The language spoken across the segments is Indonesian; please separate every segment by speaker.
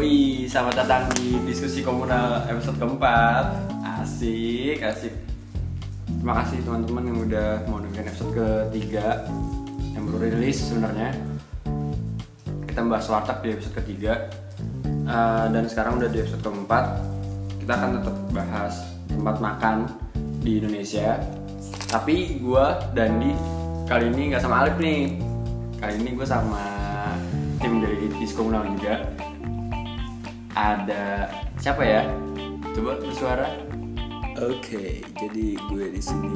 Speaker 1: Selamat datang di diskusi komunal episode keempat. Asik, asik. Terima kasih teman-teman yang udah mau dengerin episode ketiga yang baru rilis sebenarnya. Kita bahas warteg di episode ketiga Eh, dan sekarang udah di episode keempat. Kita akan tetap bahas tempat makan di Indonesia. Tapi gue Dandi kali ini nggak sama Alif nih. Kali ini gue sama tim dari Disco Komunal juga ada siapa ya? Coba bersuara.
Speaker 2: Oke, jadi gue di sini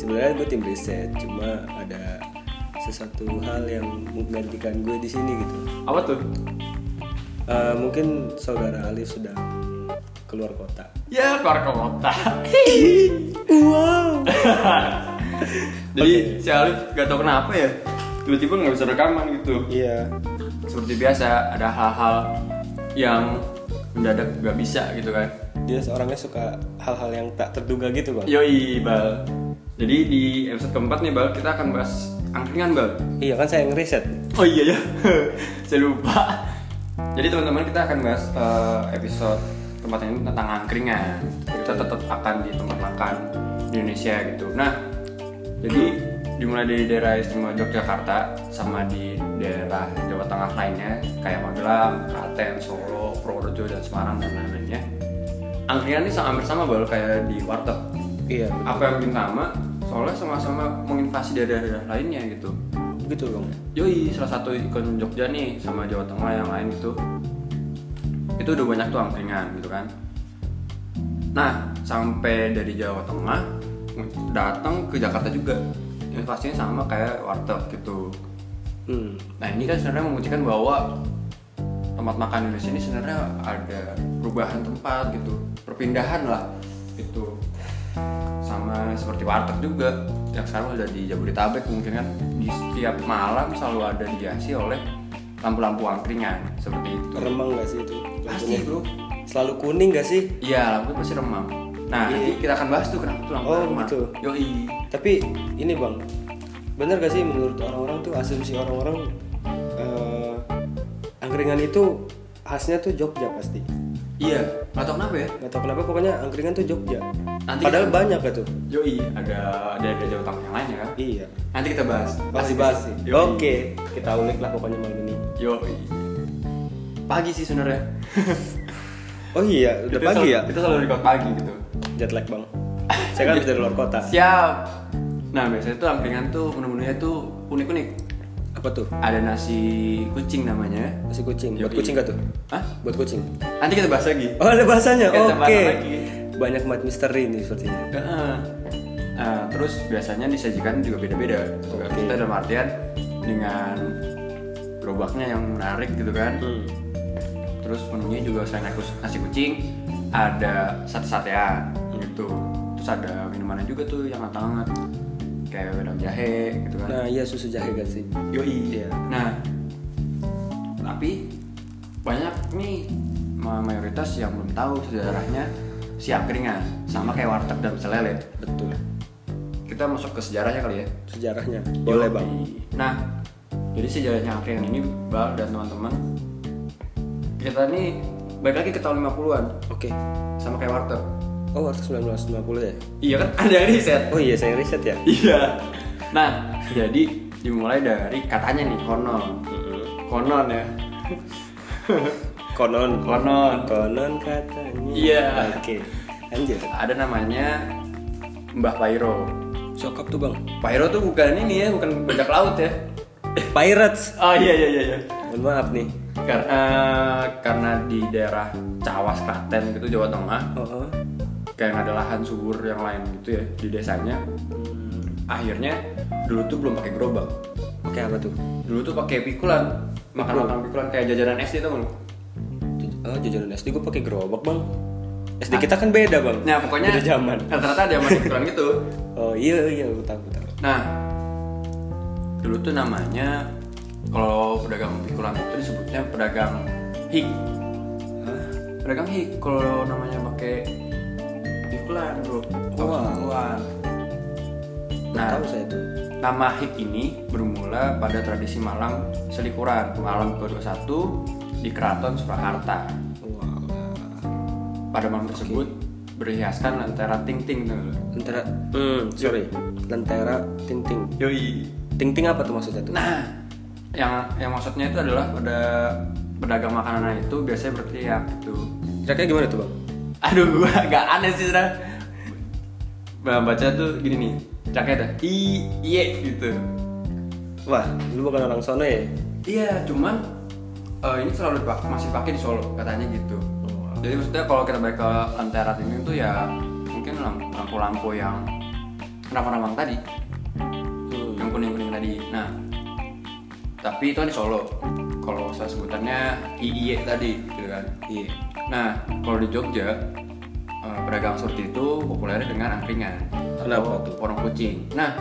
Speaker 2: sebenarnya gue tim riset, cuma ada sesuatu hal yang menggantikan gue di sini gitu.
Speaker 1: Apa tuh?
Speaker 2: Eh, mungkin saudara Alif sedang keluar kota.
Speaker 1: Ya keluar ke kota.
Speaker 2: Wow.
Speaker 1: Jadi si Alif gak tau kenapa ya tiba-tiba nggak bisa rekaman gitu.
Speaker 2: Iya.
Speaker 1: Seperti biasa ada hal-hal yang mendadak gak bisa gitu kan.
Speaker 2: Dia orangnya suka hal-hal yang tak terduga gitu bang.
Speaker 1: Yoi bal. Jadi di episode keempat nih bal kita akan bahas angkringan bal.
Speaker 2: Iya kan saya yang riset.
Speaker 1: Oh iya ya, saya lupa. Jadi teman-teman kita akan bahas eh, episode tempat ini tentang angkringan. Kita tetap akan di tempat makan di Indonesia gitu. Nah, jadi dimulai dari daerah istimewa Yogyakarta sama di daerah Jawa Tengah lainnya kayak Magelang, Klaten, Solo, Purworejo dan Semarang dan lain-lainnya. Angkringan ini sama- hampir sama bal kayak di warteg
Speaker 2: Iya.
Speaker 1: apa yang bikin sama soalnya sama-sama menginvasi daerah-daerah lainnya gitu
Speaker 2: Gitu bang.
Speaker 1: Yoi, salah satu ikon Jogja nih sama Jawa Tengah yang lain itu itu udah banyak tuh angkringan gitu kan nah sampai dari Jawa Tengah datang ke Jakarta juga yang pastinya sama kayak warteg gitu
Speaker 2: Hmm.
Speaker 1: nah ini kan sebenarnya membuktikan bahwa tempat makan Indonesia ini sebenarnya ada perubahan tempat gitu perpindahan lah gitu sama seperti warteg juga yang sekarang udah di Jabodetabek mungkin kan di setiap malam selalu ada dihiasi oleh lampu-lampu angkringan seperti itu
Speaker 2: Remang gak sih itu?
Speaker 1: Pasti,
Speaker 2: Lampunya?
Speaker 1: bro.
Speaker 2: Selalu kuning gak sih?
Speaker 1: iya lampu pasti remang nah
Speaker 2: Iya.
Speaker 1: nanti kita akan bahas tuh kenapa tuh lampu
Speaker 2: Oh,
Speaker 1: remang
Speaker 2: gitu.
Speaker 1: yoi
Speaker 2: Tapi ini bang, bener gak sih menurut orang-orang tuh asumsi orang-orang eh, angkringan itu khasnya tuh Jogja pasti.
Speaker 1: iya nggak tahu kenapa ya
Speaker 2: Gak tau kenapa pokoknya angkringan tuh Jogja.
Speaker 1: Nanti-
Speaker 2: Padahal banyak ya tuh.
Speaker 1: yoi ada ada ada Jawa Tengah yang lainnya kan
Speaker 2: Iya.
Speaker 1: nanti kita bahas
Speaker 2: Pasti
Speaker 1: Asik-asik.
Speaker 2: bahas. Oh,
Speaker 1: Yoi.
Speaker 2: Oke, kita ulik lah pokoknya malam ini.
Speaker 1: Yo, pagi sih sebenarnya.
Speaker 2: Oh iya, udah
Speaker 1: Kita
Speaker 2: pagi
Speaker 1: selalu-
Speaker 2: ya?
Speaker 1: Kita selalu record pagi gitu.
Speaker 2: Jet lag bang. Saya kan habis dari luar kota.
Speaker 1: Siap. Nah biasanya tuh angkringan tuh menu-menunya tuh unik-unik.
Speaker 2: Apa tuh?
Speaker 1: Ada nasi kucing namanya.
Speaker 2: Masih kucing. Buat
Speaker 1: Yoi.
Speaker 2: kucing gak tuh?
Speaker 1: Hah?
Speaker 2: Buat kucing.
Speaker 1: Nanti kita bahas lagi.
Speaker 2: Oh ada bahasanya.
Speaker 1: Kita bahas
Speaker 2: Oke.
Speaker 1: lagi.
Speaker 2: Banyak mat misteri nih sepertinya.
Speaker 1: Heeh. Nah, terus biasanya disajikan juga beda-beda. Juga
Speaker 2: Oke.
Speaker 1: Kita dalam artian dengan gerobaknya yang menarik gitu kan. Terus menunya juga selain nasi, nasi kucing, ada sate-satean gitu. Terus ada minumannya juga tuh yang hangat-hangat kayak wedang jahe gitu kan.
Speaker 2: Nah iya susu jahe gak sih?
Speaker 1: Yoi.
Speaker 2: Iya.
Speaker 1: Nah, tapi banyak nih ma- mayoritas yang belum tahu sejarahnya si angkringan sama kayak warteg dan pecel lele.
Speaker 2: Betul.
Speaker 1: Kita masuk ke sejarahnya kali ya.
Speaker 2: Sejarahnya. Boleh
Speaker 1: Yoi.
Speaker 2: bang.
Speaker 1: Nah, jadi sejarahnya angkringan ini Bal dan teman-teman kita nih balik lagi ke tahun 50-an
Speaker 2: Oke.
Speaker 1: sama kayak warteg.
Speaker 2: Oh waktu 1950 ya?
Speaker 1: Iya kan ada yang riset.
Speaker 2: Oh iya saya riset ya.
Speaker 1: Iya. Nah, jadi dimulai dari katanya nih konon. Konon ya.
Speaker 2: Konon.
Speaker 1: Konon.
Speaker 2: Konon katanya.
Speaker 1: Iya.
Speaker 2: Oke. Lanjut.
Speaker 1: ada namanya Mbah Pairo.
Speaker 2: Sokap tuh bang.
Speaker 1: Pairo tuh bukan ini ya, bukan bajak laut ya.
Speaker 2: Eh, Pirates.
Speaker 1: Oh iya iya iya. iya.
Speaker 2: Mohon maaf nih.
Speaker 1: Karena eh, karena di daerah Cawas Klaten gitu Jawa Tengah,
Speaker 2: Oh. oh.
Speaker 1: kayak ada lahan subur yang lain gitu ya di desanya. Akhirnya dulu tuh belum pakai gerobak.
Speaker 2: Hmm. Oke apa tuh?
Speaker 1: Dulu tuh pakai pikulan. Makan makan pikulan kayak jajanan SD tuh.
Speaker 2: Ju- Oh jajanan SD gue pakai gerobak bang. SD kita kan beda bang.
Speaker 1: Nah, pokoknya
Speaker 2: Beda zaman.
Speaker 1: Rata-rata ada yang pakai pikulan gitu.
Speaker 2: Oh iya iya gue tahu gue tahu.
Speaker 1: Nah, dulu tuh namanya kalau pedagang pikulan itu disebutnya pedagang hik. Pedagang hik kalau namanya pakai pikulan bro. Tahu
Speaker 2: Wah.
Speaker 1: pikulan.
Speaker 2: Nggak
Speaker 1: Nah,
Speaker 2: tahu saya tuh.
Speaker 1: nama hik ini bermula pada tradisi malam selikuran malam ke-21 di Keraton Surakarta.
Speaker 2: Wah.
Speaker 1: pada malam tersebut berhiaskan antara ting-ting tuh.
Speaker 2: Lentera, hmm, sorry, lentera ting ting.
Speaker 1: Yoi.
Speaker 2: Ting ting apa tuh maksudnya tuh?
Speaker 1: Nah, yang yang maksudnya itu adalah pada pedagang makanan itu biasanya berteriak gitu.
Speaker 2: Kira-kira gimana tuh bang?
Speaker 1: Aduh, gua agak aneh sih sebenarnya. Bah, baca tuh gini nih, ya? caketnya i iye gitu.
Speaker 2: Wah, lu bukan orang sono ya?
Speaker 1: Iya, cuman eh, ini selalu dipak- masih pakai di Solo katanya gitu.
Speaker 2: Oh.
Speaker 1: Jadi maksudnya kalau kita balik ke lentera ini tuh ya mungkin lamp- lampu-lampu yang ramang-ramang tadi,
Speaker 2: Hmm.
Speaker 1: yang kuning-kuning tadi. Nah, tapi itu kan di Solo. Kalau saya sebutannya iye tadi gitu kan.
Speaker 2: Iya.
Speaker 1: Nah, kalau di Jogja eh, pedagang surti itu populernya dengan angkringan.
Speaker 2: Kenapa
Speaker 1: atau
Speaker 2: tuh?
Speaker 1: Orang kucing. Nah,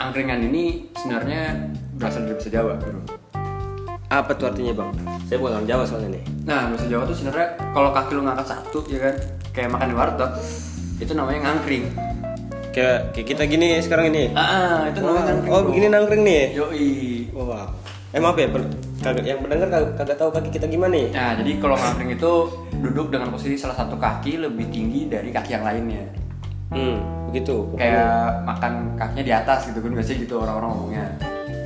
Speaker 1: angkringan ini sebenarnya berasal dari bahasa Jawa, gitu. Bro.
Speaker 2: Apa tuh artinya bang? Saya bukan orang Jawa soalnya nih.
Speaker 1: Nah, bahasa Jawa tuh sebenarnya kalau kaki lu ngangkat satu ya kan, kayak makan di warteg, itu namanya ngangkring.
Speaker 2: Kayak kayak kita gini sekarang ini.
Speaker 1: Ah, itu namanya
Speaker 2: Oh,
Speaker 1: ngangkring.
Speaker 2: oh, begini nangkring nih.
Speaker 1: Yoi.
Speaker 2: Wow. Eh maaf ya, per- kagak- yang pendengar kagak, kagak tahu kaki kita gimana nih.
Speaker 1: Nah, jadi kalau ngangkring itu duduk dengan posisi salah satu kaki lebih tinggi dari kaki yang lainnya.
Speaker 2: Hmm, begitu. Pokoknya
Speaker 1: Kayak makan kakinya di atas gitu kan biasanya gitu orang-orang ngomongnya.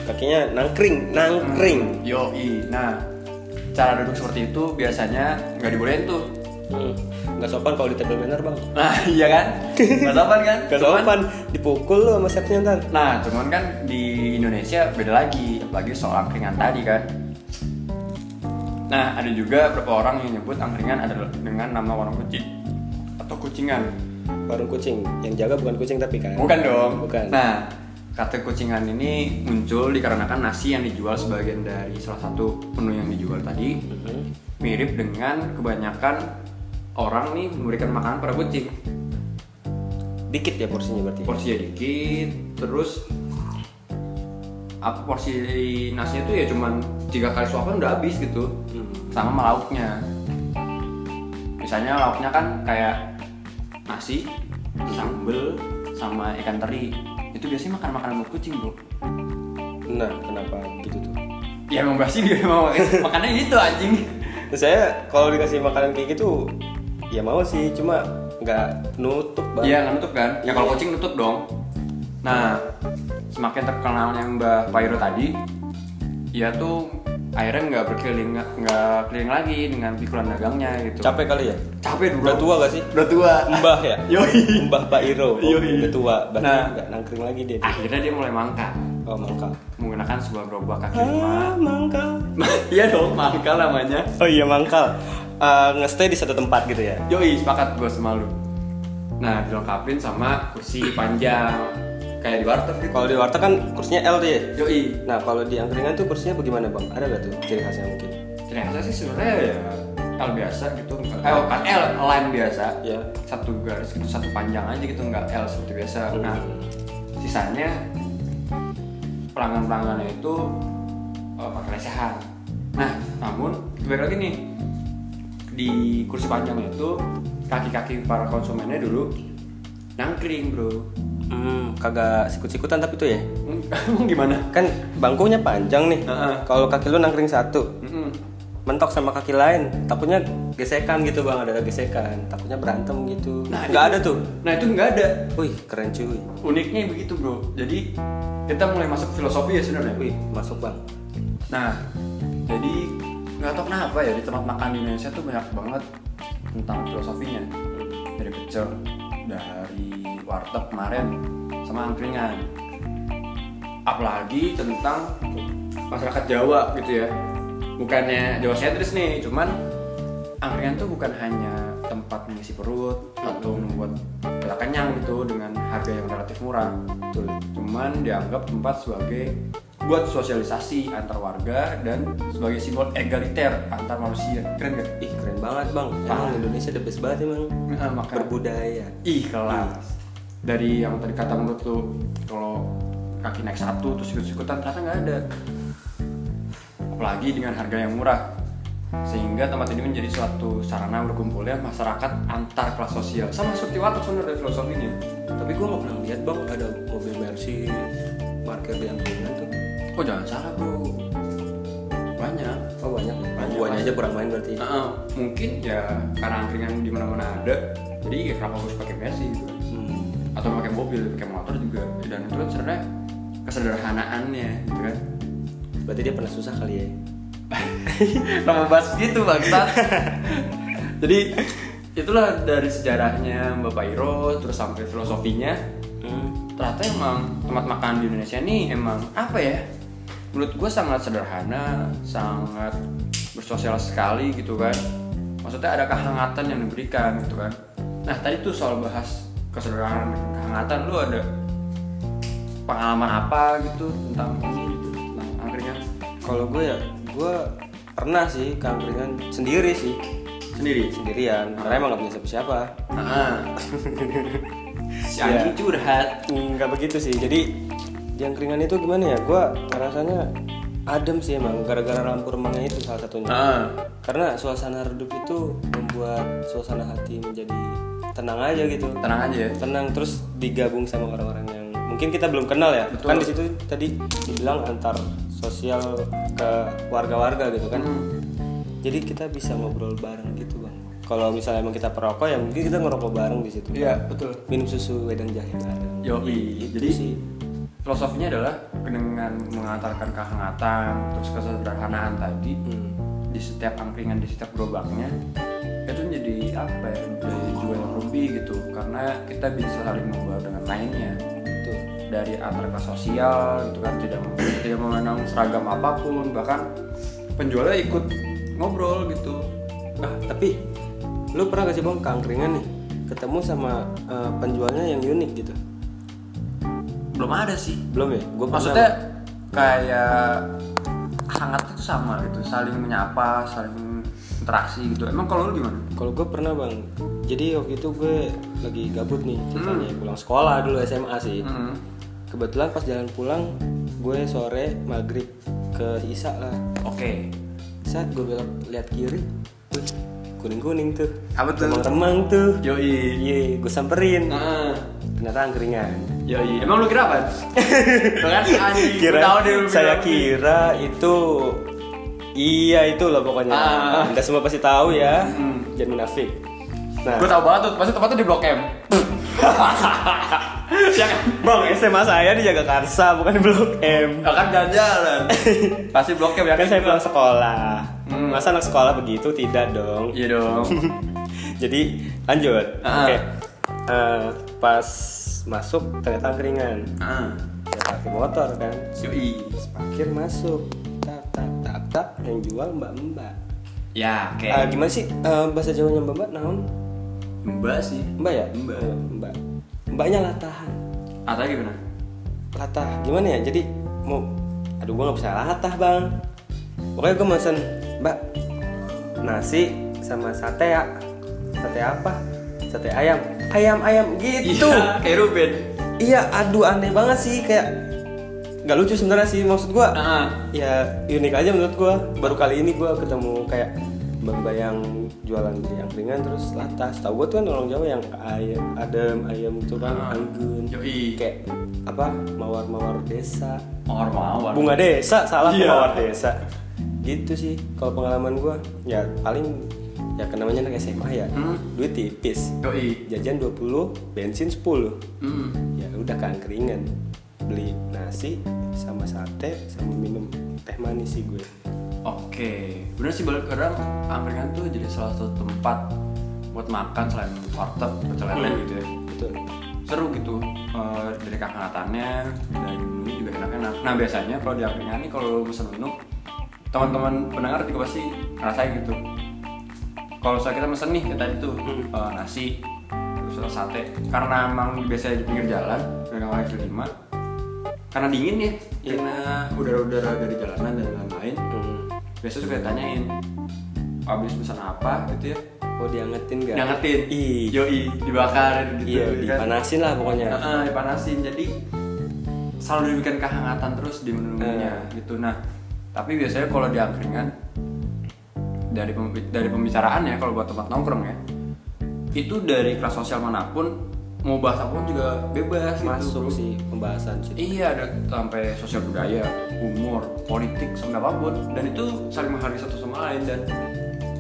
Speaker 2: kakinya nangkring, nangkring.
Speaker 1: Yoi. Nah, cara duduk seperti itu biasanya nggak dibolehin tuh.
Speaker 2: Hmm. Nggak sopan kalau di table manner bang.
Speaker 1: Nah, iya kan? Gak sopan kan?
Speaker 2: Nggak
Speaker 1: Cuman-
Speaker 2: sopan, dipukul lu sama chefnya ntar.
Speaker 1: Nah, cuman kan di Indonesia beda lagi, apalagi soal angkringan tadi kan. Nah, ada juga beberapa orang yang nyebut angkringan adalah dengan nama warung kucing atau kucingan.
Speaker 2: Warung kucing, yang jaga bukan kucing tapi kan.
Speaker 1: Bukan dong.
Speaker 2: Bukan.
Speaker 1: Nah, kata kucingan ini muncul dikarenakan nasi yang dijual sebagian dari salah satu menu yang dijual tadi
Speaker 2: Mhm.
Speaker 1: mirip dengan kebanyakan orang nih memberikan makanan pada kucing.
Speaker 2: Dikit ya porsinya berarti.
Speaker 1: porsinya dikit terus apa porsi nasinya tuh ya cuman tiga kali suapan udah habis gitu sama sama lauknya misalnya lauknya kan kayak nasi sambel sama ikan teri itu biasanya makan makanan buat kucing bro
Speaker 2: Nah, kenapa gitu tuh?
Speaker 1: ya emang pasti dia mau makan makannya gitu anjing
Speaker 2: Terus saya kalau dikasih makanan kayak gitu, ya mau sih, cuma nggak nutup bang.
Speaker 1: Iya nggak nutup kan? Ya kalau kucing nutup dong. Nah, semakin terkenalnya Mbak Pairo tadi, dia tuh akhirnya nggak berkeliling nggak keliling lagi dengan pikulan dagangnya gitu.
Speaker 2: Capek kali ya?
Speaker 1: Capek bro.
Speaker 2: Udah tua gak sih?
Speaker 1: Udah tua.
Speaker 2: Mbah ya?
Speaker 1: Yoi.
Speaker 2: Mbah Pak Iro, oh,
Speaker 1: Yoi.
Speaker 2: udah tua, berarti
Speaker 1: Iya, Nah. Ah.
Speaker 2: nggak nangkring lagi dia.
Speaker 1: Akhirnya dia mulai mangkal
Speaker 2: Oh, mangkal.
Speaker 1: menggunakan sebuah gerobak kaki lima.
Speaker 2: Ah, mangkal.
Speaker 1: Iya dong, mangkal namanya.
Speaker 2: Oh iya mangkal. Eh, Nge-stay di satu tempat gitu ya?
Speaker 1: Yoi, sepakat gue sama lu. Nah, dilengkapin sama kursi panjang kayak di warteg gitu.
Speaker 2: Kalau di warteg kan kursinya L tuh ya?
Speaker 1: Yoi,
Speaker 2: Nah kalau di angkringan tuh kursinya bagaimana bang? Ada nggak tuh ciri khasnya mungkin?
Speaker 1: ternyata sih sebenarnya ya L biasa gitu enggak eh bukan L line biasa
Speaker 2: Ya.
Speaker 1: satu garis gitu satu panjang aja gitu nggak L seperti biasa nah sisanya pelanggan pelanggannya itu eh, pakai lesehan nah namun lebih lagi nih di kursi panjang itu kaki-kaki para konsumennya dulu nangkring bro
Speaker 2: Hmm, kagak sikut-sikutan tapi tuh ya?
Speaker 1: Emang Hmm, gimana
Speaker 2: Kan bangkunya panjang nih.
Speaker 1: Heeh.
Speaker 2: Kalau kaki lu nangkring satu,
Speaker 1: Mm-mm.
Speaker 2: mentok sama kaki lain, takutnya gesekan gitu bang, ada gesekan, takutnya berantem gitu.
Speaker 1: Nah,
Speaker 2: nggak
Speaker 1: itu-
Speaker 2: ada tuh.
Speaker 1: nah itu nggak ada
Speaker 2: Wih keren cuy.
Speaker 1: uniknya begitu bro jadi kita mulai masuk filosofi ya sebenarnya
Speaker 2: Wih masuk bang.
Speaker 1: nah jadi nggak tahu kenapa ya di tempat makan di Indonesia tuh banyak banget tentang filosofinya dari kecil dari warteg kemarin sama angkringan apalagi tentang masyarakat Jawa gitu ya bukannya Jawa sentris nih cuman angkringan tuh bukan hanya tempat mengisi perut atau membuat kita kenyang gitu dengan harga yang relatif murah
Speaker 2: Betul.
Speaker 1: cuman dianggap tempat sebagai buat sosialisasi antar warga dan sebagai simbol egaliter antar manusia keren gak?
Speaker 2: Ih keren banget bang. Emang Indonesia the best banget emang.
Speaker 1: Nah, maka
Speaker 2: Berbudaya.
Speaker 1: ih kelas Iya. dari yang tadi kata menurut tuh kalau kaki naik satu terus ikut-ikutan ternyata nggak ada apalagi dengan harga yang murah sehingga tempat ini menjadi suatu sarana berkumpulnya masyarakat antar kelas sosial sama seperti warteg sebenarnya dari filosofinya
Speaker 2: Tapi gua nggak pernah lihat bang ada mobil Mercy market di angkringan tuh.
Speaker 1: oh jangan salah bro banyak
Speaker 2: Oh banyak.
Speaker 1: Banyak,
Speaker 2: Gua
Speaker 1: pasti.
Speaker 2: aja kurang main berarti.
Speaker 1: Heeh, mungkin ya karena angkringan di mana-mana ada. Jadi ya kenapa harus pakai Messi gitu.
Speaker 2: Hmm.
Speaker 1: Atau pakai mobil, pakai motor juga. Dan itu kan sebenarnya kesederhanaannya gitu kan.
Speaker 2: Berarti dia pernah susah kali ya.
Speaker 1: Nama bahas gitu bangsa. Jadi itulah dari sejarahnya Bapak Iro terus sampai filosofinya
Speaker 2: Hmm.
Speaker 1: ternyata emang tempat makan di Indonesia ini emang apa ya menurut gue sangat sederhana sangat bersosial sekali gitu kan maksudnya ada kehangatan yang diberikan gitu kan nah tadi tuh soal bahas kesederhanaan dan kehangatan lu ada pengalaman apa gitu tentang ini gitu tentang angkringan
Speaker 2: Kalau gue ya, gue pernah sih kangkringan sendiri sih
Speaker 1: sendiri
Speaker 2: sendirian karena emang gak punya siapa-siapa
Speaker 1: nah si
Speaker 2: Iya. Hmm,
Speaker 1: anjing curhat
Speaker 2: nggak begitu sih jadi di angkringan itu gimana ya gue rasanya adem sih emang gara-gara lampu remangnya itu salah satunya
Speaker 1: ah
Speaker 2: karena suasana redup itu membuat suasana hati menjadi tenang aja gitu
Speaker 1: tenang aja ya
Speaker 2: tenang terus digabung sama orang-orang yang mungkin kita belum kenal ya
Speaker 1: Betul.
Speaker 2: kan di situ tadi dibilang antar sosial ke warga-warga gitu kan
Speaker 1: Hmm.
Speaker 2: jadi kita bisa ngobrol bareng gitu bang kalau misalnya emang kita perokok ya mungkin kita ngerokok bareng di situ
Speaker 1: iya betul
Speaker 2: minum susu wedang jahe yang ada Gitu
Speaker 1: Yoi, jadi
Speaker 2: sih.
Speaker 1: filosofinya adalah dengan mengantarkan kehangatan terus kesederhanaan tadi
Speaker 2: Hmm,
Speaker 1: di setiap angkringan di setiap gerobaknya itu menjadi apa ya menjadi jual yang lebih gitu karena kita bisa saling membawa dengan lainnya
Speaker 2: Betul.
Speaker 1: dari antar kelas sosial gitu kan tidak mem- tidak mengenang seragam apapun bahkan penjualnya ikut ngobrol gitu
Speaker 2: Ah, tapi lu pernah gak sih bang kangkringan nih ketemu sama eh, penjualnya yang unik gitu?
Speaker 1: belum ada sih
Speaker 2: Belum ya? Gue
Speaker 1: maksudnya kayak hangat itu sama gitu saling menyapa saling interaksi gitu emang kalau lu gimana
Speaker 2: Kalau gue pernah bang. Jadi waktu itu gue lagi gabut nih
Speaker 1: Hmm.
Speaker 2: ceritanya pulang sekolah dulu SMA sih.
Speaker 1: Mm.
Speaker 2: Kebetulan pas jalan pulang gue sore maghrib ke Isa lah.
Speaker 1: oke
Speaker 2: Saat gue belok lihat kiri, kuning kuning tuh.
Speaker 1: Apa tuh?
Speaker 2: Remang-remang tuh.
Speaker 1: yoi Ah.
Speaker 2: Iya, gue samperin.
Speaker 1: Heeh.
Speaker 2: Ternyata angkringan.
Speaker 1: yoi Nah. emang lu kira apa Lu kan si anjing gua
Speaker 2: kira
Speaker 1: tahu deh lu bilang.
Speaker 2: saya kira itu iya itulah pokoknya
Speaker 1: Ah. Hmm.
Speaker 2: anda semua pasti tahu ya jangan munafik nah
Speaker 1: gua tahu banget tuh pasti tempatnya di blok M ya kan
Speaker 2: bang SMA saya di Jagakarsa bukan di Blok M
Speaker 1: Ya kan jalan-jalan pasti blok M ya
Speaker 2: kan
Speaker 1: kan
Speaker 2: saya pulang sekolah masa anak sekolah begitu tidak dong
Speaker 1: iya dong
Speaker 2: jadi lanjut
Speaker 1: Ah.
Speaker 2: oke Eh, pas masuk ternyata keringan
Speaker 1: Heeh.
Speaker 2: saya pakai motor kan
Speaker 1: Ah, yoi
Speaker 2: Terus parkir masuk tap tap tap tap yang jual mbak mbak
Speaker 1: ya oke
Speaker 2: Ah, gimana sih eh, bahasa Jawanya mbak mbak naon
Speaker 1: mbak sih
Speaker 2: Mbak ya?
Speaker 1: Mbak.
Speaker 2: Eh, Mbak. Mbaknya latahan.
Speaker 1: atau gimana
Speaker 2: Latah. Gimana ya? Jadi mau aduh gua nggak bisa latah, Bang. Pokoknya gua mesen, Mbak. Nasi sama sate ya. Sate apa? Sate ayam. Ayam ayam gitu.
Speaker 1: Iya, kayak Ruben
Speaker 2: Iya, aduh aneh banget sih kayak nggak lucu sebenarnya sih maksud gua.
Speaker 1: Heeh.
Speaker 2: Ya unik aja menurut gua. Baru kali ini gua ketemu kayak mbak yang jualan di angkringan terus latah. Tahu gua tuh kan orang Jawa yang ayam, adem, ayam gitu kan,
Speaker 1: Ah.
Speaker 2: anggun.
Speaker 1: Yoi.
Speaker 2: Kayak apa? Mawar-mawar desa.
Speaker 1: mawar mawar
Speaker 2: Bunga desa, salah
Speaker 1: Iya.
Speaker 2: mawar desa. Gitu sih kalau pengalaman gua. Ya paling ya kan namanya anak SMA ya.
Speaker 1: Hmm.
Speaker 2: Duit tipis.
Speaker 1: yoi
Speaker 2: Jajan 20, bensin 10
Speaker 1: hmm.
Speaker 2: ya udah kangkringan beli nasi sama sate sama minum teh manis sih gue
Speaker 1: oke bener sih balik kadang angkringan tuh jadi salah satu tempat buat makan selain warteg pecel lele
Speaker 2: Hmm.
Speaker 1: gitu ya
Speaker 2: betul
Speaker 1: seru gitu eh, dari kehangatannya dan menunya juga enak-enak nah biasanya kalau di angkringan nih kalau lu pesen menu teman-teman pendengar juga pasti ngerasain gitu kalau misalnya kita pesen nih kayak tadi tuh eh, nasi terus sate karena emang biasanya di pinggir jalan pedagang kaki lima karena dingin ya karena udara-udara dari jalanan dan lain-lain biasanya suka ditanyain habis pesan apa gitu ya
Speaker 2: oh diangetin gak
Speaker 1: diangetin
Speaker 2: Ih.
Speaker 1: yoi dibakar gitu
Speaker 2: iya
Speaker 1: kan.
Speaker 2: dipanasin lah pokoknya
Speaker 1: Heeh, dipanasin jadi selalu diberikan kehangatan terus di menunya gitu nah tapi biasanya kalau di angkringan dari ya, pembi- dari pembicaraannya kalau buat tempat nongkrong ya itu dari kelas sosial manapun mau bahas apa juga bebas gitu
Speaker 2: masuk
Speaker 1: bro.
Speaker 2: sih pembahasan situ
Speaker 1: Iya ada sampai sosial budaya, humor, politik, sampai apapun dan itu saling menghargai satu sama lain dan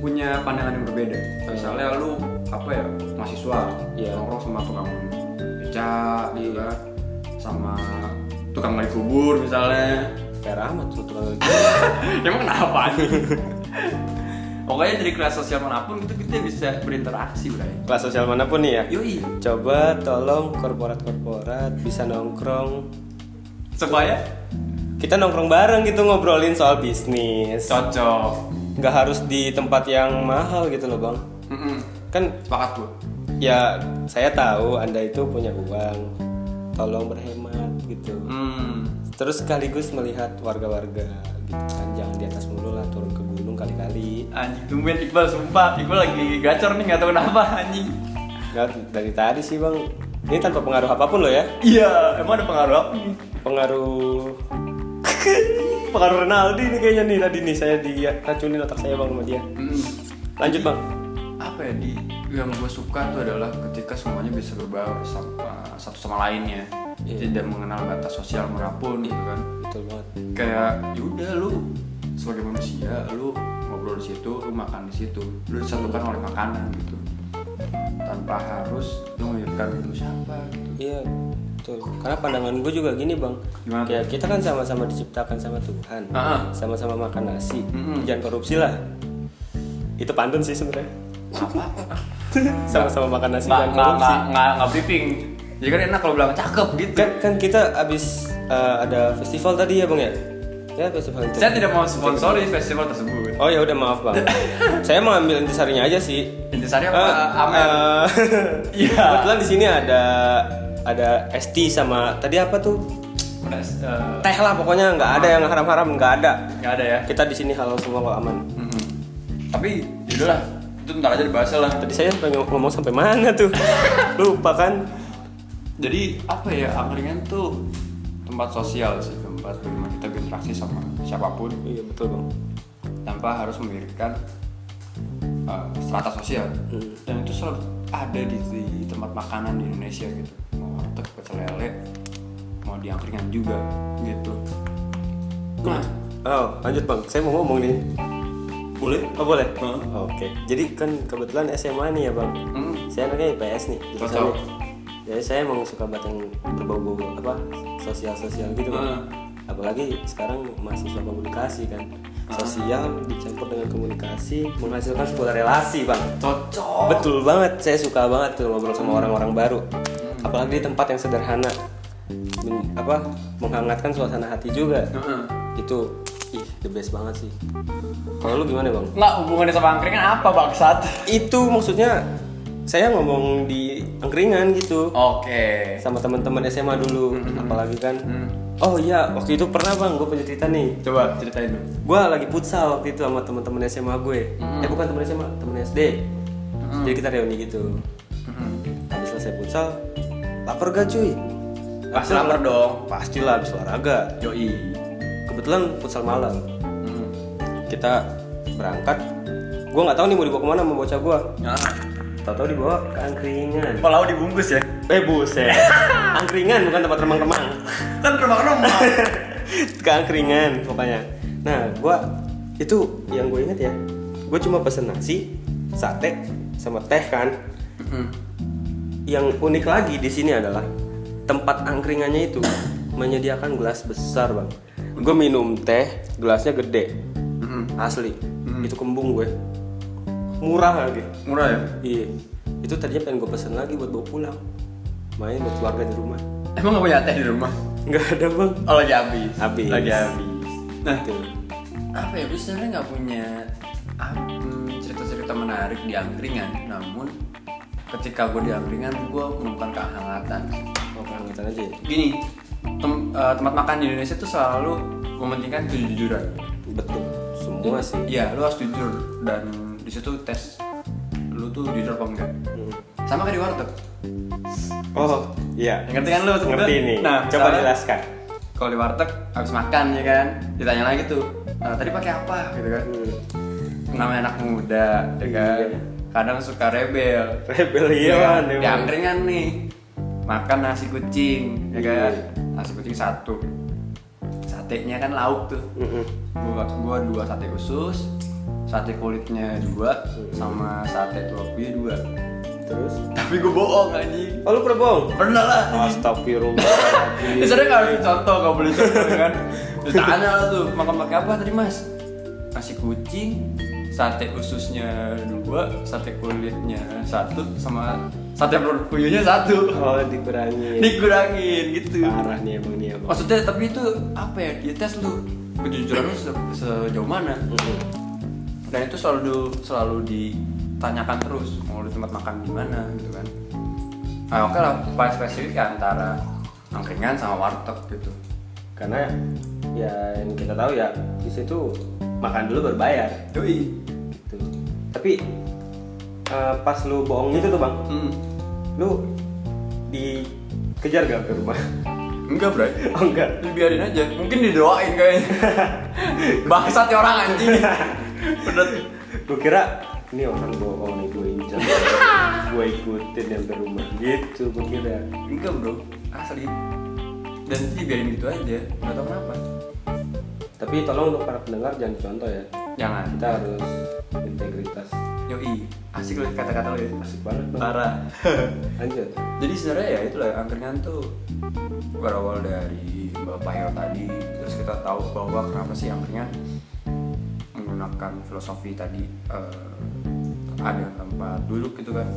Speaker 1: punya pandangan yang berbeda. Misalnya lu apa ya mahasiswa,
Speaker 2: Iya.
Speaker 1: nongkrong sama tukang beca, gitu kan, sama tukang gali kubur misalnya.
Speaker 2: Fair amat tuh tukang gali
Speaker 1: Emang kenapa? Pokoknya dari kelas sosial manapun itu kita bisa berinteraksi, Bray.
Speaker 2: kelas sosial manapun nih ya
Speaker 1: Yoi,
Speaker 2: coba tolong korporat-korporat bisa nongkrong
Speaker 1: supaya
Speaker 2: kita nongkrong bareng gitu ngobrolin soal bisnis
Speaker 1: cocok.
Speaker 2: nggak harus di tempat yang mahal gitu loh bang
Speaker 1: Mm-mm.
Speaker 2: kan
Speaker 1: Sepakat gue.
Speaker 2: ya saya tahu anda itu punya uang tolong berhemat gitu
Speaker 1: Hmm.
Speaker 2: terus sekaligus melihat warga-warga gitu kan jangan di atas mulu lah turun ke gunung kali-kali
Speaker 1: Anjing tumben Iqbal sumpah Iqbal lagi gacor nih nggak tahu kenapa anjing
Speaker 2: nggak Nah, dari tadi sih bang ini tanpa pengaruh apapun loh ya
Speaker 1: Iya emang ada pengaruh apa nih
Speaker 2: pengaruh pengaruh Ronaldo ini kayaknya nih tadi nih saya diracunin otak saya bang sama dia
Speaker 1: hmm.
Speaker 2: lanjut bang
Speaker 1: Apa ya di yang gue suka tuh adalah ketika semuanya bisa berbaur sama satu sama lainnya
Speaker 2: Iya.
Speaker 1: Tidak mengenal batas sosial manapun gitu kan
Speaker 2: betul banget
Speaker 1: Kayak yaudah lu sebagai manusia lu ngobrol di situ, lu makan di situ, lu disatukan oleh makanan gitu tanpa harus lu memikirkan lu siapa gitu.
Speaker 2: iya betul karena pandangan gue juga gini bang
Speaker 1: Gimana?
Speaker 2: kayak kita kan sama-sama diciptakan sama Tuhan
Speaker 1: Ah.
Speaker 2: sama-sama makan nasi
Speaker 1: Mm-mm.
Speaker 2: jangan korupsi lah itu pantun sih sebenarnya
Speaker 1: Apa?
Speaker 2: sama-sama makan nasi
Speaker 1: nggak
Speaker 2: jangan
Speaker 1: nggak
Speaker 2: korupsi
Speaker 1: nggak nggak nggak briefing jadi kan enak kalau bilang cakep gitu
Speaker 2: kan kan kita abis eh, ada festival tadi ya bang ya ya festival itu
Speaker 1: saya tidak mau sponsori festival tersebut
Speaker 2: oh ya udah maaf bang saya mau ambil intisarinya aja sih
Speaker 1: intisari apa
Speaker 2: Eh,
Speaker 1: amen
Speaker 2: eh,
Speaker 1: Ya, Iya.
Speaker 2: Kebetulan di sini ada ada ST sama tadi apa tuh?
Speaker 1: udah eh,
Speaker 2: Teh lah pokoknya nggak ada yang haram-haram nggak ada.
Speaker 1: nggak ada ya
Speaker 2: Kita di sini halal semua kok aman.
Speaker 1: Mm-mm. tapi yaudahlah itu ntar aja dibahasnya lah
Speaker 2: Tadi saya sampai ngomong, ngomong sampai mana tuh? Lupa kan?
Speaker 1: jadi apa ya angkringan tuh tempat sosial sih tempat dimana kita berinteraksi sama siapapun
Speaker 2: Iya betul bang.
Speaker 1: tanpa harus memikirkan eh, strata sosial
Speaker 2: Hmm.
Speaker 1: dan itu selalu ada di, di tempat makanan di Indonesia gitu mau warteg pecel lele mau di angkringan juga gitu nah
Speaker 2: Oh lanjut bang, saya mau ngomong nih.
Speaker 1: boleh
Speaker 2: Oh boleh?
Speaker 1: Hah?
Speaker 2: Oke. Jadi kan kebetulan SMA nih ya bang.
Speaker 1: Hmm.
Speaker 2: Saya anaknya IPS nih.
Speaker 1: Cocok.
Speaker 2: jurusannya. Jadi saya emang suka banget yang berbau-bau apa sosial-sosial gitu
Speaker 1: Heeh.
Speaker 2: kan. Apalagi sekarang mahasiswa komunikasi kan. Sosial dicampur dengan komunikasi menghasilkan sebuah relasi bang.
Speaker 1: cocok
Speaker 2: Betul banget, saya suka banget tuh ngobrol
Speaker 1: Hmm.
Speaker 2: sama orang-orang baru. Apalagi di tempat yang sederhana, Men- apa menghangatkan suasana hati juga.
Speaker 1: Heeh.
Speaker 2: Itu ih the best banget sih. Kalau lu gimana bang?
Speaker 1: nggak hubungannya sama angkringan apa bangsat
Speaker 2: Itu maksudnya saya ngomong di angkringan gitu
Speaker 1: oke
Speaker 2: sama teman-teman SMA dulu, apalagi kan.
Speaker 1: Hmm.
Speaker 2: Oh iya, waktu itu pernah bang, gue punya cerita nih.
Speaker 1: coba ceritain dulu
Speaker 2: Gue lagi futsal waktu itu sama teman-teman SMA gue.
Speaker 1: Hmm.
Speaker 2: Eh bukan teman SMA, teman SD. Jadi kita reuni gitu.
Speaker 1: Hmm.
Speaker 2: habis selesai futsal lapar gak cuy
Speaker 1: pasti lapar dong
Speaker 2: pastilah habis olahraga
Speaker 1: yoi
Speaker 2: kebetulan futsal malam
Speaker 1: Mm.
Speaker 2: kita berangkat gue nggak tahu nih mau dibawa kemana mau bocah gue
Speaker 1: Nah,
Speaker 2: tahu-tahu dibawa ke angkringan
Speaker 1: Kalau dibungkus ya
Speaker 2: eh buset angkringan bukan tempat remang-remang
Speaker 1: kan remang-remang
Speaker 2: ke angkringan pokoknya nah gue itu yang gue inget ya gue cuma pesen nasi sate sama teh kan
Speaker 1: Mm.
Speaker 2: yang unik lagi di sini adalah tempat angkringannya itu menyediakan gelas besar bang gue minum teh gelasnya gede
Speaker 1: Mm.
Speaker 2: asli itu kembung gue murah lagi
Speaker 1: murah ya
Speaker 2: iya itu tadinya pengen gue pesen lagi buat bawa pulang main buat keluarga di rumah
Speaker 1: emang nggak punya teh di rumah
Speaker 2: nggak ada bang
Speaker 1: Oh lagi habis.
Speaker 2: Habis.
Speaker 1: Lagi habis. Nah,
Speaker 2: Gitu.
Speaker 1: apa ya? Gue sebenarnya nggak punya um, cerita-cerita menarik di angkringan. Namun ketika gue di angkringan, gue menemukan kehangatan.
Speaker 2: oh kehangatan aja ya?
Speaker 1: Gini, tem- eh, tempat makan di Indonesia tuh selalu mementingkan kejujuran.
Speaker 2: betul semua sih
Speaker 1: Iya, lu harus jujur dan di situ tes lu tuh jujur apa enggak.
Speaker 2: Hmm.
Speaker 1: Sama kayak di warteg.
Speaker 2: oh iya
Speaker 1: Ngerti kan lu?
Speaker 2: ngerti nih
Speaker 1: Nah,
Speaker 2: coba
Speaker 1: misalnya-
Speaker 2: jelaskan
Speaker 1: Kalau di warteg habis makan ya kan, ditanya lagi tuh, "Nah, tadi pakai apa gitu kan?
Speaker 2: Hmm.
Speaker 1: namanya anak muda ya kan
Speaker 2: Iya.
Speaker 1: kadang suka rebel
Speaker 2: rebellion
Speaker 1: Iya kan? di
Speaker 2: emang.
Speaker 1: angkringan nih makan nasi kucing ya kan
Speaker 2: Iya.
Speaker 1: nasi kucing satu satenya kan lauk tuh
Speaker 2: Mm-mm.
Speaker 1: gua, gua dua sate usus sate kulitnya dua sama sate topi dua
Speaker 2: Terus?
Speaker 1: tapi gua bohong anjing
Speaker 2: Oh lu pernah bohong?
Speaker 1: pernah lah anjing.
Speaker 2: Astagfirullahaladzim.
Speaker 1: Ya sebenernya gak harus contoh, gak boleh contoh ya kan Ditanya lah tuh, makan pakai apa tadi mas? Nasi kucing, sate ususnya dua, sate kulitnya satu, sama sate perut puyuhnya satu
Speaker 2: Oh dikurangi.
Speaker 1: Dikurangin gitu
Speaker 2: Parah nih emang nih emang.
Speaker 1: Maksudnya tapi itu apa ya, dia tes lu Kejujuran lu se- sejauh mana
Speaker 2: Mm-mm.
Speaker 1: Dan itu selalu selalu ditanyakan terus Mau di tempat makan di mana gitu kan Nah oke lah, paling spesifik ya antara angkringan sama warteg gitu
Speaker 2: Karena ya yang kita tahu ya di situ makan dulu berbayar.
Speaker 1: Doi.
Speaker 2: Gitu. Tapi eh, pas lu bohong itu tuh bang,
Speaker 1: Hmm.
Speaker 2: lu dikejar gak ke rumah?
Speaker 1: Enggak, Bray.
Speaker 2: Oh enggak.
Speaker 1: Lu biarin aja. Mungkin didoain kayaknya. Bangsat ya orang anjing. Udah
Speaker 2: Gue kira ini orang bohong nih gue incer gue ikutin sampai rumah gitu gue kira
Speaker 1: enggak, Bro. Asli. Dan sih biarin gitu aja. Enggak tahu kenapa.
Speaker 2: tapi tolong untuk para pendengar jangan contoh ya
Speaker 1: Jangan.
Speaker 2: kita harus integritas
Speaker 1: Yoi. Asik lu kata-kata lu ya.
Speaker 2: asik banget bang
Speaker 1: Parah.
Speaker 2: lanjut
Speaker 1: Jadi sebenarnya ya itulah angkringan tuh berawal dari Bapak Hero tadi terus kita tahu bahwa kenapa sih angkringan menggunakan filosofi tadi eh, ada tempat duduk gitu kan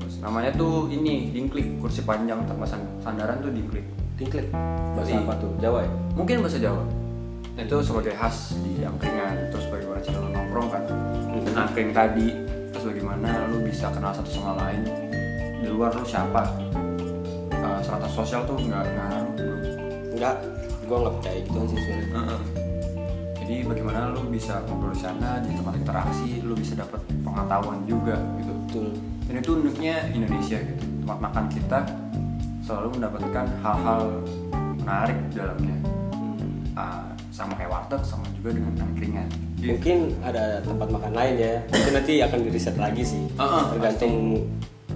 Speaker 1: terus namanya tuh ini dingklik kursi panjang tanpa san- sandaran tuh dingklik
Speaker 2: tingklik bahasa
Speaker 1: Iya.
Speaker 2: apa tuh Jawa ya
Speaker 1: mungkin bahasa Jawa itu sebagai khas di angkringan terus bagaimana cara lu nongkrong kan dan angkring tadi terus bagaimana lu bisa kenal satu sama lain di luar lu siapa Eh, strata sosial tuh nggak ngaruh belum
Speaker 2: enggak gue nggak percaya gitu sih sebenarnya
Speaker 1: jadi bagaimana lu bisa ngobrol di sana di tempat interaksi lu bisa dapat pengetahuan juga gitu
Speaker 2: betul
Speaker 1: dan itu uniknya Indonesia gitu tempat makan kita selalu mendapatkan hal-hal menarik di dalamnya Ah, sama kayak warteg sama juga dengan angkringan
Speaker 2: mungkin ada tempat makan lain ya mungkin nanti akan diriset lagi sih
Speaker 1: Heeh,
Speaker 2: tergantung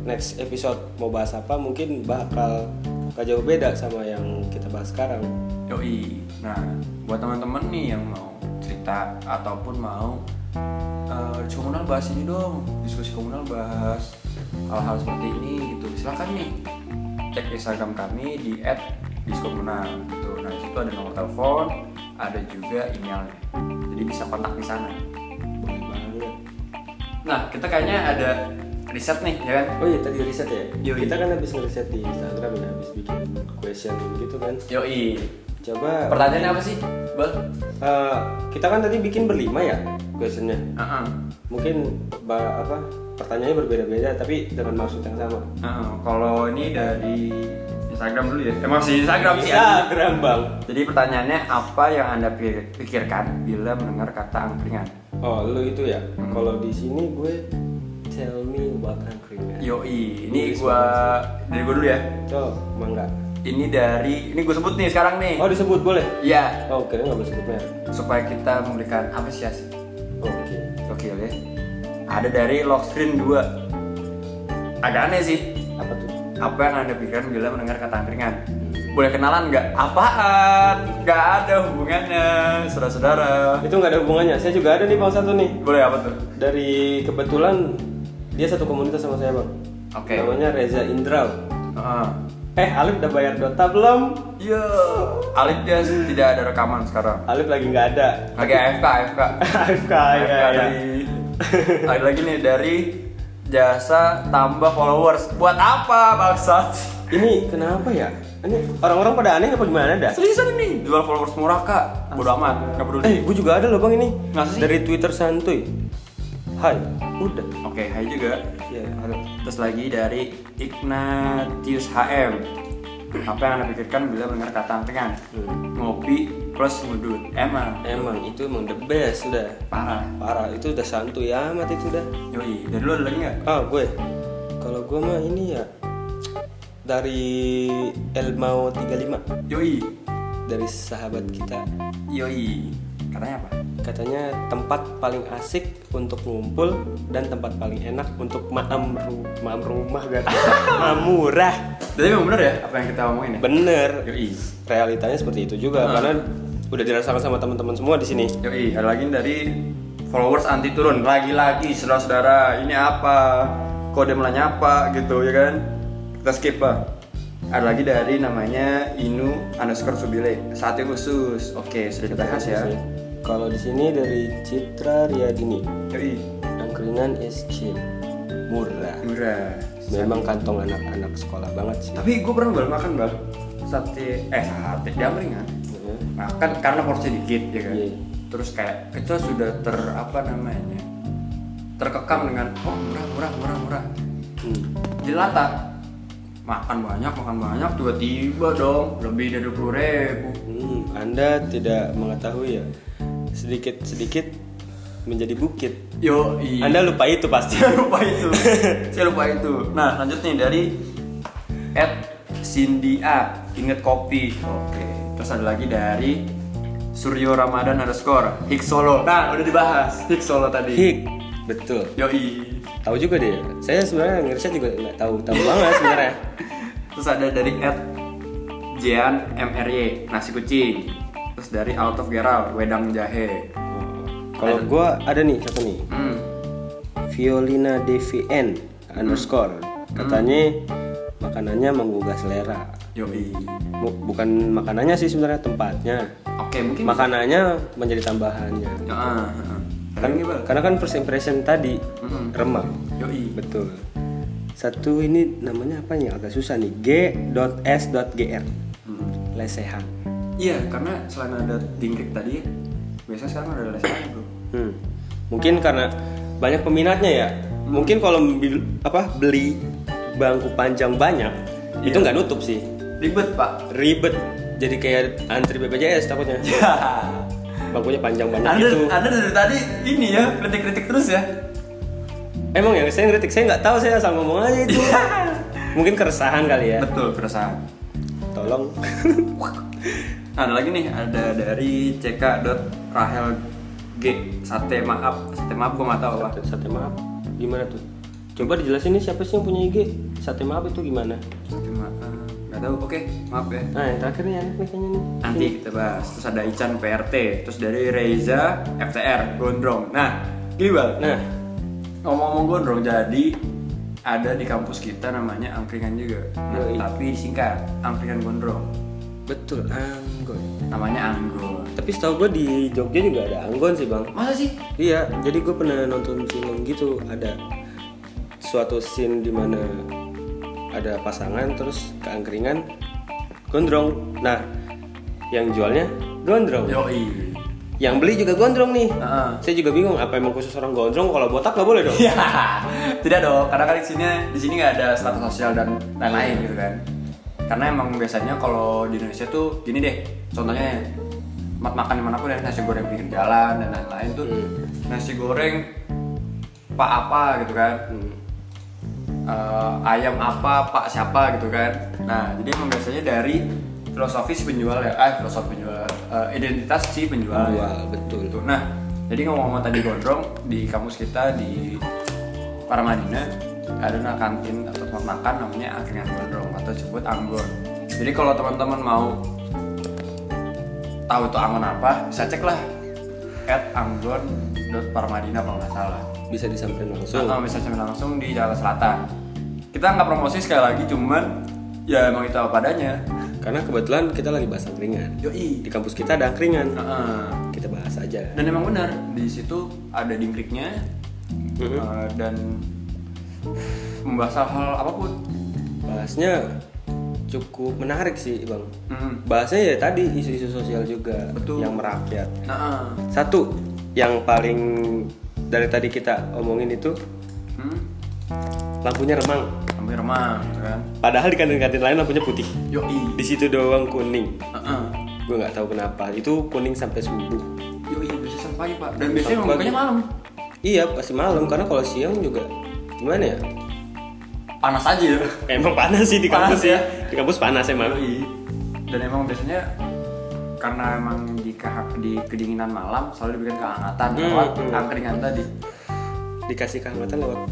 Speaker 2: next episode mau bahas apa mungkin bakal gak jauh beda sama yang kita bahas sekarang
Speaker 1: Yoi. Nah, buat teman-teman nih yang mau cerita ataupun mau eh, diskusi komunal bahas ini dong, diskusi komunal bahas hal-hal seperti ini gitu. Silakan nih cek Instagram kami di @diskomunal gitu. Nah, di situ ada nomor telepon, ada juga emailnya. Jadi bisa kontak di sana.
Speaker 2: boleh banget
Speaker 1: Nah, kita kayaknya ada riset nih, ya kan?
Speaker 2: oh iya tadi riset ya
Speaker 1: Yoi.
Speaker 2: kita kan habis ngeriset di Instagram ya habis bikin question gitu kan
Speaker 1: Yoi.
Speaker 2: coba
Speaker 1: Pertanyaannya apa sih, Bal?
Speaker 2: eh, kita kan tadi bikin berlima ya questionnya
Speaker 1: Heeh.
Speaker 2: mungkin ba- apa pertanyaannya berbeda-beda tapi dengan maksud yang sama
Speaker 1: Nah, kalau ini dari Instagram dulu ya. Emang sih Instagram sih. ya.
Speaker 2: Instagram bang
Speaker 1: Jadi pertanyaannya apa yang Anda pi- pikirkan bila mendengar kata angkringan?
Speaker 2: oh lu itu ya kalau di sini gue tell me what angkringan
Speaker 1: Yoi, ini gua dari gua dulu ya.
Speaker 2: coba mangga
Speaker 1: Ini dari ini gua sebut nih sekarang nih.
Speaker 2: oh disebut boleh
Speaker 1: Iya,
Speaker 2: oh kira nggak boleh sebut merek
Speaker 1: supaya kita memberikan apresiasi.
Speaker 2: oke
Speaker 1: Oke, ya. Ada dari Lockstream 2. Agak aneh sih.
Speaker 2: apa tuh
Speaker 1: Apa yang Anda pikirkan bila mendengar kata angkringan? Boleh kenalan nggak? Apaan? Nggak ada hubungannya, saudara-saudara.
Speaker 2: itu nggak ada hubungannya saya juga ada nih bang satu nih
Speaker 1: Boleh apa tuh?
Speaker 2: dari kebetulan dia satu komunitas sama saya bang
Speaker 1: Oke.
Speaker 2: namanya Reza Indra
Speaker 1: Heeh.
Speaker 2: eh Alif udah bayar Dota belum
Speaker 1: Ah. Iya. Alif dia tidak ada rekaman sekarang.
Speaker 2: Alif lagi nggak ada
Speaker 1: Oke, AFK, AFK.
Speaker 2: AFK ya,
Speaker 1: AFK
Speaker 2: ya.
Speaker 1: dari Ada lagi nih dari jasa tambah followers. Buat apa, bangsat?
Speaker 2: ini kenapa ya ini orang-orang pada aneh apa gimana dah
Speaker 1: Seriusan ini jual followers murah, Kak. Bodo amat, enggak peduli.
Speaker 2: eh gue juga ada loh bang ini
Speaker 1: Nggak sih?
Speaker 2: dari Twitter santuy Hai udah
Speaker 1: Oke, hai juga.
Speaker 2: ya
Speaker 1: Terus lagi dari Ignatius HM. Apa yang Anda pikirkan bila mendengar kata angkringan? Ngopi plus ngudut. Emang
Speaker 2: emang itu emang the best udah
Speaker 1: parah.
Speaker 2: parah itu udah santuy amat itu udah
Speaker 1: Yoi, dari lu ada lagi nggak?
Speaker 2: ah gue kalau gue mah ini ya dari Elmao 35
Speaker 1: Yoi,
Speaker 2: dari sahabat kita
Speaker 1: yoi. Katanya apa?
Speaker 2: Katanya tempat paling asik untuk ngumpul dan tempat paling enak untuk maam, ru- maam rumah gak? maam murah.
Speaker 1: Jadi memang benar ya apa yang kita omongin ya?
Speaker 2: Bener.
Speaker 1: Yoi.
Speaker 2: Realitanya seperti itu juga
Speaker 1: Nah.
Speaker 2: karena udah dirasakan sama teman-teman semua di sini.
Speaker 1: Yoi, ada lagi dari followers anti turun. Lagi-lagi saudara-saudara, ini apa? Kode melanya apa gitu ya kan? Kita skip lah. Ada lagi dari namanya Inu underscore Subile Sate khusus Oke sudah dibahas ya
Speaker 2: Kalau di sini dari Citra Riyadini.
Speaker 1: Yoi
Speaker 2: Angkringan is cheap, murah.
Speaker 1: Murah
Speaker 2: Memang kantong anak-anak sekolah banget sih.
Speaker 1: Tapi gue pernah bal makan bal Sate Eh sate Damring kan
Speaker 2: Heeh.
Speaker 1: makan karena porsi dikit ya kan
Speaker 2: Iya.
Speaker 1: terus kayak kita sudah ter apa namanya terkekang dengan oh murah murah murah murah
Speaker 2: Hmm.
Speaker 1: jelata makan banyak makan banyak tiba-tiba dong lebih dari dua ribu
Speaker 2: Hmm, Anda tidak mengetahui ya, sedikit-sedikit menjadi bukit.
Speaker 1: yo iya
Speaker 2: Anda lupa itu pasti.
Speaker 1: saya lupa itu saya lupa itu nah lanjut nih dari at Cindy A inget kopi oke terus ada lagi dari Suryo Ramadan underscore Hik Solo nah udah dibahas Hik Solo tadi
Speaker 2: Hik, betul.
Speaker 1: Yoi.
Speaker 2: Tahu juga deh. Saya sebenarnya ngeriset juga nggak tahu tahu banget sebenarnya.
Speaker 1: Terus ada dari at Jean MRY nasi kucing. Terus dari Out of Gerald wedang jahe.
Speaker 2: Kalau gua ada nih satu nih,
Speaker 1: Hmm.
Speaker 2: Violina DVN underscore. Katanya makanannya menggugah selera.
Speaker 1: Yoi.
Speaker 2: Bu- Bukan makanannya sih sebenarnya tempatnya.
Speaker 1: Oke mungkin.
Speaker 2: Makanannya menjadi tambahannya.
Speaker 1: Ya, ah, ah. Ada
Speaker 2: Kan,
Speaker 1: lagi, Bal?
Speaker 2: karena kan first impression tadi
Speaker 1: Mm-mm.
Speaker 2: remang.
Speaker 1: Yoi.
Speaker 2: Betul. Satu ini namanya apa nih? Agak susah nih. G.S.gr.
Speaker 1: Hmm.
Speaker 2: Lesehan.
Speaker 1: Iya karena selain ada dingkrik tadi, biasanya sekarang ada restoran bro.
Speaker 2: Hmm. Mungkin karena banyak peminatnya ya. Mungkin kalau beli, apa beli bangku panjang banyak itu nggak nutup sih.
Speaker 1: Ribet pak.
Speaker 2: Ribet. Jadi kayak antri BPJS takutnya.
Speaker 1: Ya.
Speaker 2: Bangkunya panjang banyak
Speaker 1: Anda,
Speaker 2: gitu.
Speaker 1: anda dari tadi ini ya kritik-kritik terus ya.
Speaker 2: Emang ya saya ngeritik saya nggak tahu saya asal ngomong aja itu. Mungkin keresahan kali ya.
Speaker 1: Betul keresahan.
Speaker 2: Tolong.
Speaker 1: Nah, ada lagi nih ada dari ck rahel g sate maaf sate maaf gua nggak tahu apa
Speaker 2: Sate, sate maaf. Gimana tuh? Coba dijelasin nih siapa sih yang punya IG? Sate maaf itu gimana?
Speaker 1: sate maaf Eh, nggak tahu oke maaf ya
Speaker 2: Nah, yang terakhir nih aneh nih kayaknya nih.
Speaker 1: nanti kita bahas terus ada Ican PRT terus dari Reza FTR gondrong nah gini bal
Speaker 2: Nah,
Speaker 1: ngomong-ngomong gondrong jadi ada di kampus kita namanya angkringan juga Nah,
Speaker 2: Yoi.
Speaker 1: tapi singkat angkringan gondrong
Speaker 2: betul anggon.
Speaker 1: namanya anggur
Speaker 2: Tapi setahu gue di Jogja juga ada anggon sih bang.
Speaker 1: masa sih
Speaker 2: Iya, jadi gue pernah nonton film gitu ada suatu scene di mana ada pasangan terus keangkringan gondrong. Nah, yang jualnya gondrong.
Speaker 1: yoi
Speaker 2: Yang beli juga gondrong nih.
Speaker 1: Heeh.
Speaker 2: Saya juga bingung apa emang khusus orang gondrong kalau botak nggak boleh dong?
Speaker 1: Ya, tidak dong. Karena kan di sini di sini nggak ada status sosial dan lain-lain gitu kan. Karena emang biasanya kalau di Indonesia tuh gini deh. Contohnya mat makan dimanapun ya nasi goreng pinggir jalan dan lain-lain tuh nasi goreng pak apa gitu kan. Eh, ayam apa pak siapa gitu kan. Nah jadi emang biasanya dari filosofis penjual ya, ah filosofi penjual, Eh, identitas si penjual. ya.
Speaker 2: Wah, Iya, betul.
Speaker 1: Gitu. Nah, jadi ngomong-ngomong tadi gondrong di kampus kita di Paramadina ada nah kantin atau tempat makan namanya angkringan gondrong atau disebut anggon. Jadi kalau teman-teman mau tahu itu anggon apa, bisa cek lah at anggon.paramadina kalau nggak salah.
Speaker 2: Bisa disamperin langsung.
Speaker 1: Atau bisa sambil langsung di Jakarta Selatan. Kita nggak promosi sekali lagi, cuman ya emang itu apa padanya.
Speaker 2: Karena kebetulan kita lagi bahas angkringan.
Speaker 1: Yoi.
Speaker 2: Di kampus kita ada angkringan.
Speaker 1: Heeh.
Speaker 2: Kita bahas aja.
Speaker 1: dan emang benar di situ ada dingkriknya
Speaker 2: Mhm.
Speaker 1: eh, dan membahas hal apapun
Speaker 2: Bahasnya cukup menarik sih, Bang.
Speaker 1: Mhm.
Speaker 2: Bahasanya ya tadi isu-isu sosial juga
Speaker 1: Betul.
Speaker 2: yang merakyat.
Speaker 1: nah eh.
Speaker 2: Satu yang paling dari tadi kita omongin itu
Speaker 1: hmm?
Speaker 2: lampunya remang.
Speaker 1: sampai remang gitu kan
Speaker 2: Padahal di kantin-kantin lain lampunya putih.
Speaker 1: yoi
Speaker 2: Di situ doang kuning.
Speaker 1: Eh, eh.
Speaker 2: Gue nggak tahu kenapa. Itu kuning sampai subuh.
Speaker 1: yoi biasanya sampai pagi pak dan biasanya
Speaker 2: Sampai
Speaker 1: emang bukanya malam
Speaker 2: Iya, pasti malam karena kalau siang juga gimana ya?
Speaker 1: panas aja ya
Speaker 2: Emang panas sih di
Speaker 1: Panas
Speaker 2: kampus ya.
Speaker 1: ya?
Speaker 2: Di kampus panas emang.
Speaker 1: yoi dan emang biasanya karena emang di, keha- di kedinginan malam selalu diberikan kehangatan
Speaker 2: Hmm,
Speaker 1: lewat
Speaker 2: hmm.
Speaker 1: angkringan tadi.
Speaker 2: Dikasih kehangatan lewat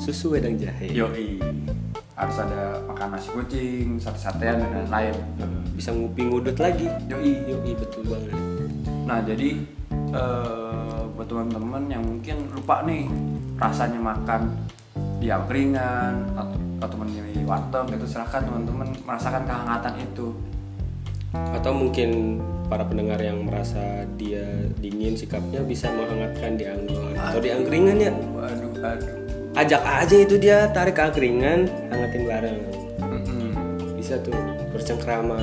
Speaker 2: susu wedang jahe.
Speaker 1: Yoi. Harus ada makan nasi kucing, sate-satean dan lain-lain.
Speaker 2: Bisa ngupi ngudut lagi.
Speaker 1: Yoi.
Speaker 2: Yoi betul banget.
Speaker 1: Nah jadi eh, buat teman-teman yang mungkin lupa nih rasanya makan di angkringan atau, atau di warteg itu silahkan teman-teman merasakan kehangatan itu.
Speaker 2: Atau mungkin para pendengar yang merasa dia dingin sikapnya bisa menghangatkan di anggur atau di angkringan ya.
Speaker 1: Waduh, aduh.
Speaker 2: Ajak aja itu dia tarik ke angkringan, hangatin bareng.
Speaker 1: Mm-mm.
Speaker 2: Bisa tuh bercengkrama,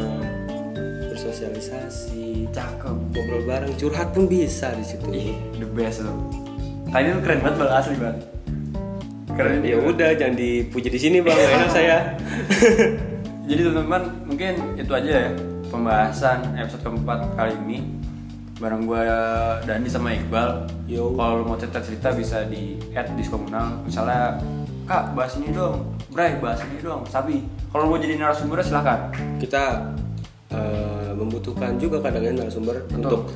Speaker 2: bersosialisasi,
Speaker 1: Cakep.
Speaker 2: ngobrol bareng, curhat pun bisa di situ.
Speaker 1: Ih, the best tuh. Tadi lu keren banget bang asli bang. Keren.
Speaker 2: Ya udah jangan dipuji di sini bang, nggak enak saya.
Speaker 1: Jadi teman-teman mungkin itu aja ya pembahasan episode keempat kali ini bareng gue Dandi sama Iqbal.
Speaker 2: Yo.
Speaker 1: Kalau lu mau cerita-cerita bisa di add diskomunal. Misalnya kak bahas ini dong, Bray bahas ini dong, Sabi. Kalau mau jadi narasumber silahkan.
Speaker 2: Kita eh, membutuhkan juga kadang-kadang narasumber untuk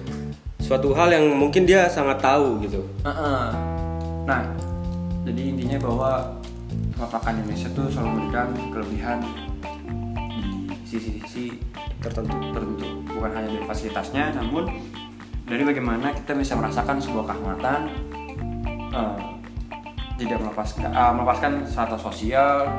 Speaker 2: suatu hal yang mungkin dia sangat tahu gitu.
Speaker 1: Heeh. Nah, jadi intinya bahwa tempat makan Indonesia tuh selalu memberikan kelebihan di sisi-sisi
Speaker 2: tertentu.
Speaker 1: tertentu, bukan hanya dari fasilitasnya, namun dari bagaimana kita bisa merasakan sebuah kehangatan, eh, tidak melepaskan, ah, melepaskan strata sosial,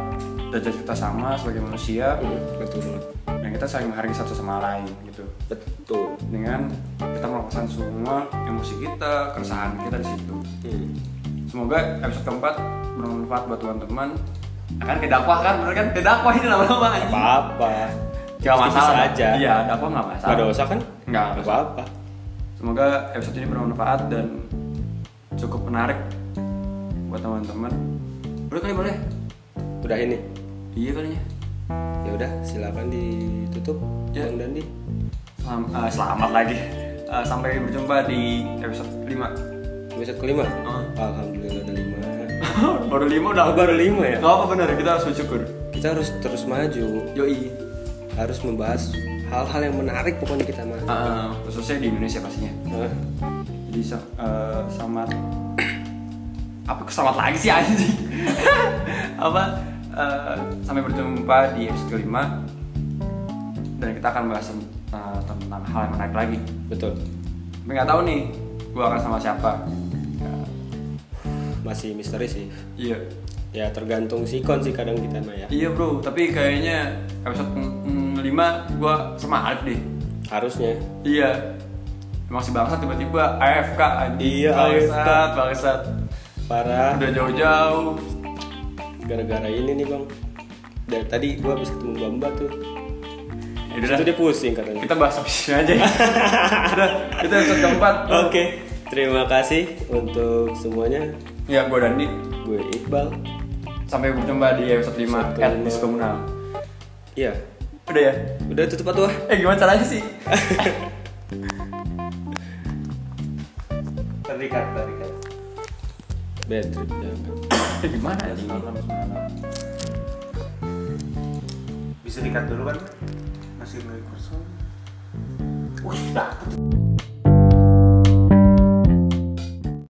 Speaker 1: derajat kita sama sebagai manusia,
Speaker 2: Betul banget.
Speaker 1: dan kita saling menghargai satu sama lain gitu
Speaker 2: Betul.
Speaker 1: dengan kita melepaskan semua emosi kita, keresahan kita di situ.
Speaker 2: Hmm.
Speaker 1: Semoga episode keempat bermanfaat buat teman-teman. Akan ke dakwah kan, bener kan? Ke dakwah ini lama-lama anjing.
Speaker 2: Apa-apa.
Speaker 1: Gak
Speaker 2: Pasti
Speaker 1: masalah.
Speaker 2: Bisa aja.
Speaker 1: Iya, dakwah gak masalah.
Speaker 2: Gak dosa kan?
Speaker 1: Nggak
Speaker 2: Nggak
Speaker 1: dosa.
Speaker 2: apa-apa.
Speaker 1: Semoga episode ini bermanfaat dan cukup menarik buat teman-teman. Boleh kali boleh?
Speaker 2: Udah ini.
Speaker 1: Iya kali ya.
Speaker 2: Ya udah, silakan ditutup.
Speaker 1: Ya.
Speaker 2: Bang Dandi.
Speaker 1: Selam- eh, selamat lagi. Eh, sampai berjumpa di episode 5.
Speaker 2: Episode kelima.
Speaker 1: Oh.
Speaker 2: Alhamdulillah ada lima.
Speaker 1: baru 5 udah.
Speaker 2: Oh, baru lima ya.
Speaker 1: Gak apa bener, kita harus bersyukur.
Speaker 2: Kita harus terus maju.
Speaker 1: Yoi.
Speaker 2: Harus membahas hal-hal yang menarik pokoknya kita mah.
Speaker 1: Eh, khususnya di Indonesia pastinya. Jadi sa- eh, selamat apa selamat lagi sih anjing apa eh, sampai berjumpa di episode kelima dan kita akan bahas eh, tentang hal yang menarik lagi
Speaker 2: Betul.
Speaker 1: tapi nggak tahu nih gua akan sama siapa Eh,
Speaker 2: Masih misteri sih.
Speaker 1: iya
Speaker 2: Ya tergantung sikon sih kadang kita mah ya.
Speaker 1: iya bro tapi kayaknya episode mm, mm, lima gua sama Alif deh
Speaker 2: Harusnya.
Speaker 1: iya emang si bangsat tiba-tiba AFK anjing
Speaker 2: Iya,
Speaker 1: bangsat bangsat
Speaker 2: Para
Speaker 1: udah jauh-jauh
Speaker 2: gara-gara ini nih bang. Dari tadi gua habis ketemu Bamba tuh.
Speaker 1: Ya udah
Speaker 2: Itu
Speaker 1: dah.
Speaker 2: dia pusing katanya.
Speaker 1: kita bahas habis aja ya. Udah, itu episode keempat.
Speaker 2: Oke, terima kasih untuk semuanya.
Speaker 1: Ya, gue Dandi.
Speaker 2: Gue Iqbal.
Speaker 1: Sampai berjumpa di episode 5
Speaker 2: Episode
Speaker 1: at
Speaker 2: lima.
Speaker 1: Diskomunal.
Speaker 2: Iya,
Speaker 1: Udah ya?
Speaker 2: udah tutup atuh. ah.
Speaker 1: Eh, gimana caranya sih?
Speaker 3: Terikat, terikat.
Speaker 2: Bad trip jangan.
Speaker 1: Eh, gimana ya?
Speaker 3: Bisa dikat dulu kan? Masih nggak ikut soalnya. Wih, dapet.